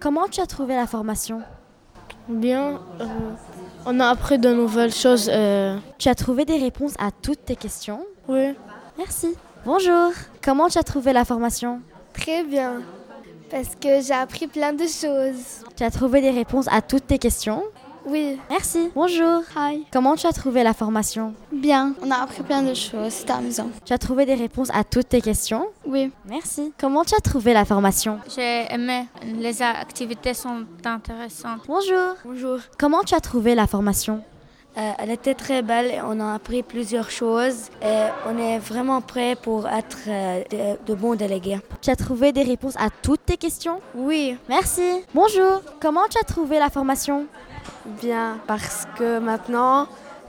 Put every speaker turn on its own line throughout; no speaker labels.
Comment tu as trouvé la formation
Bien, euh, on a appris de nouvelles choses. euh,
Tu as trouvé des réponses à toutes tes questions
oui.
Merci. Bonjour. Comment tu as trouvé la formation
Très bien, parce que j'ai appris plein de choses.
Tu as trouvé des réponses à toutes tes questions
Oui.
Merci. Bonjour.
Hi.
Comment tu as trouvé la formation
Bien, on a appris plein de choses, c'était amusant.
Tu as trouvé des réponses à toutes tes questions
Oui.
Merci. Comment tu as trouvé la formation
J'ai aimé. Les activités sont intéressantes.
Bonjour.
Bonjour. Euh,
Comment tu as trouvé la formation
elle était très belle et on a appris plusieurs choses. Et on est vraiment prêt pour être euh, de, de bons délégués.
Tu as trouvé des réponses à toutes tes questions
Oui,
Merci. Bonjour. Comment tu as trouvé la formation
bien, parce que maintenant,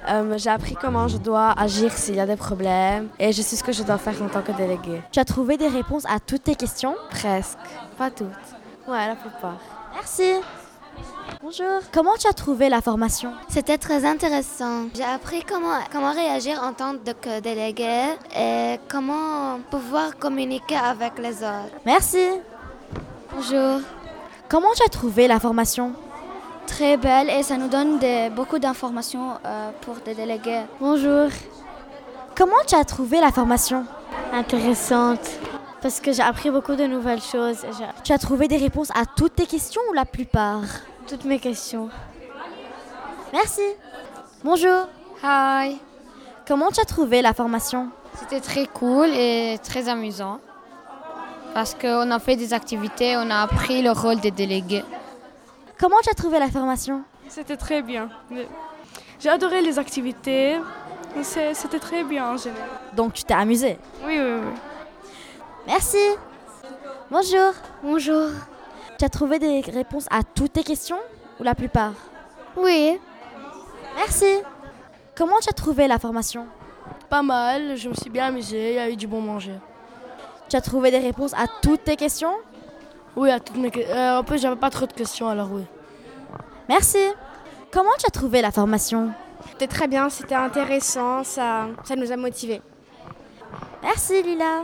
euh, j'ai appris comment je dois agir s'il y a des problèmes et je sais ce que je dois faire en tant que délégué.
Tu as trouvé des réponses à toutes tes questions
Presque, pas toutes. Ouais, la plupart.
Merci. Bonjour. Comment tu as trouvé la formation
C'était très intéressant. J'ai appris comment, comment réagir en tant que délégué et comment pouvoir communiquer avec les autres.
Merci.
Bonjour.
Comment tu as trouvé la formation
Très belle et ça nous donne beaucoup d'informations euh, pour des délégués. Bonjour.
Comment tu as trouvé la formation
Intéressante. Parce que j'ai appris beaucoup de nouvelles choses. et J'ai
Tu as trouvé des réponses à toutes tes questions ou la plupart
toutes mes questions.
Merci. Bonjour.
Hi,
Comment tu as trouvé la formation
c'était très cool et très amusant parce qu'on a fait des activités, on a appris le rôle des délégués.
Comment tu as trouvé la formation
C'était très bien. J'ai adoré les activités. C'est- C'était très bien en général.
Donc tu t'es amusé.
Oui, oui, oui.
Merci. Bonjour.
Bonjour.
Tu as trouvé des réponses à toutes tes questions ou la plupart
Oui.
Merci. Comment tu as trouvé la formation
Pas mal, je me suis bien amusée, il y a eu du bon manger.
Tu as trouvé des réponses à toutes tes questions
Oui, à toutes mes questions. en plus, j'avais pas trop de questions, alors oui.
Merci. Comment tu as trouvé la formation
C'était très bien, c'était intéressant, ça, ça nous a motivés.
Merci Lila.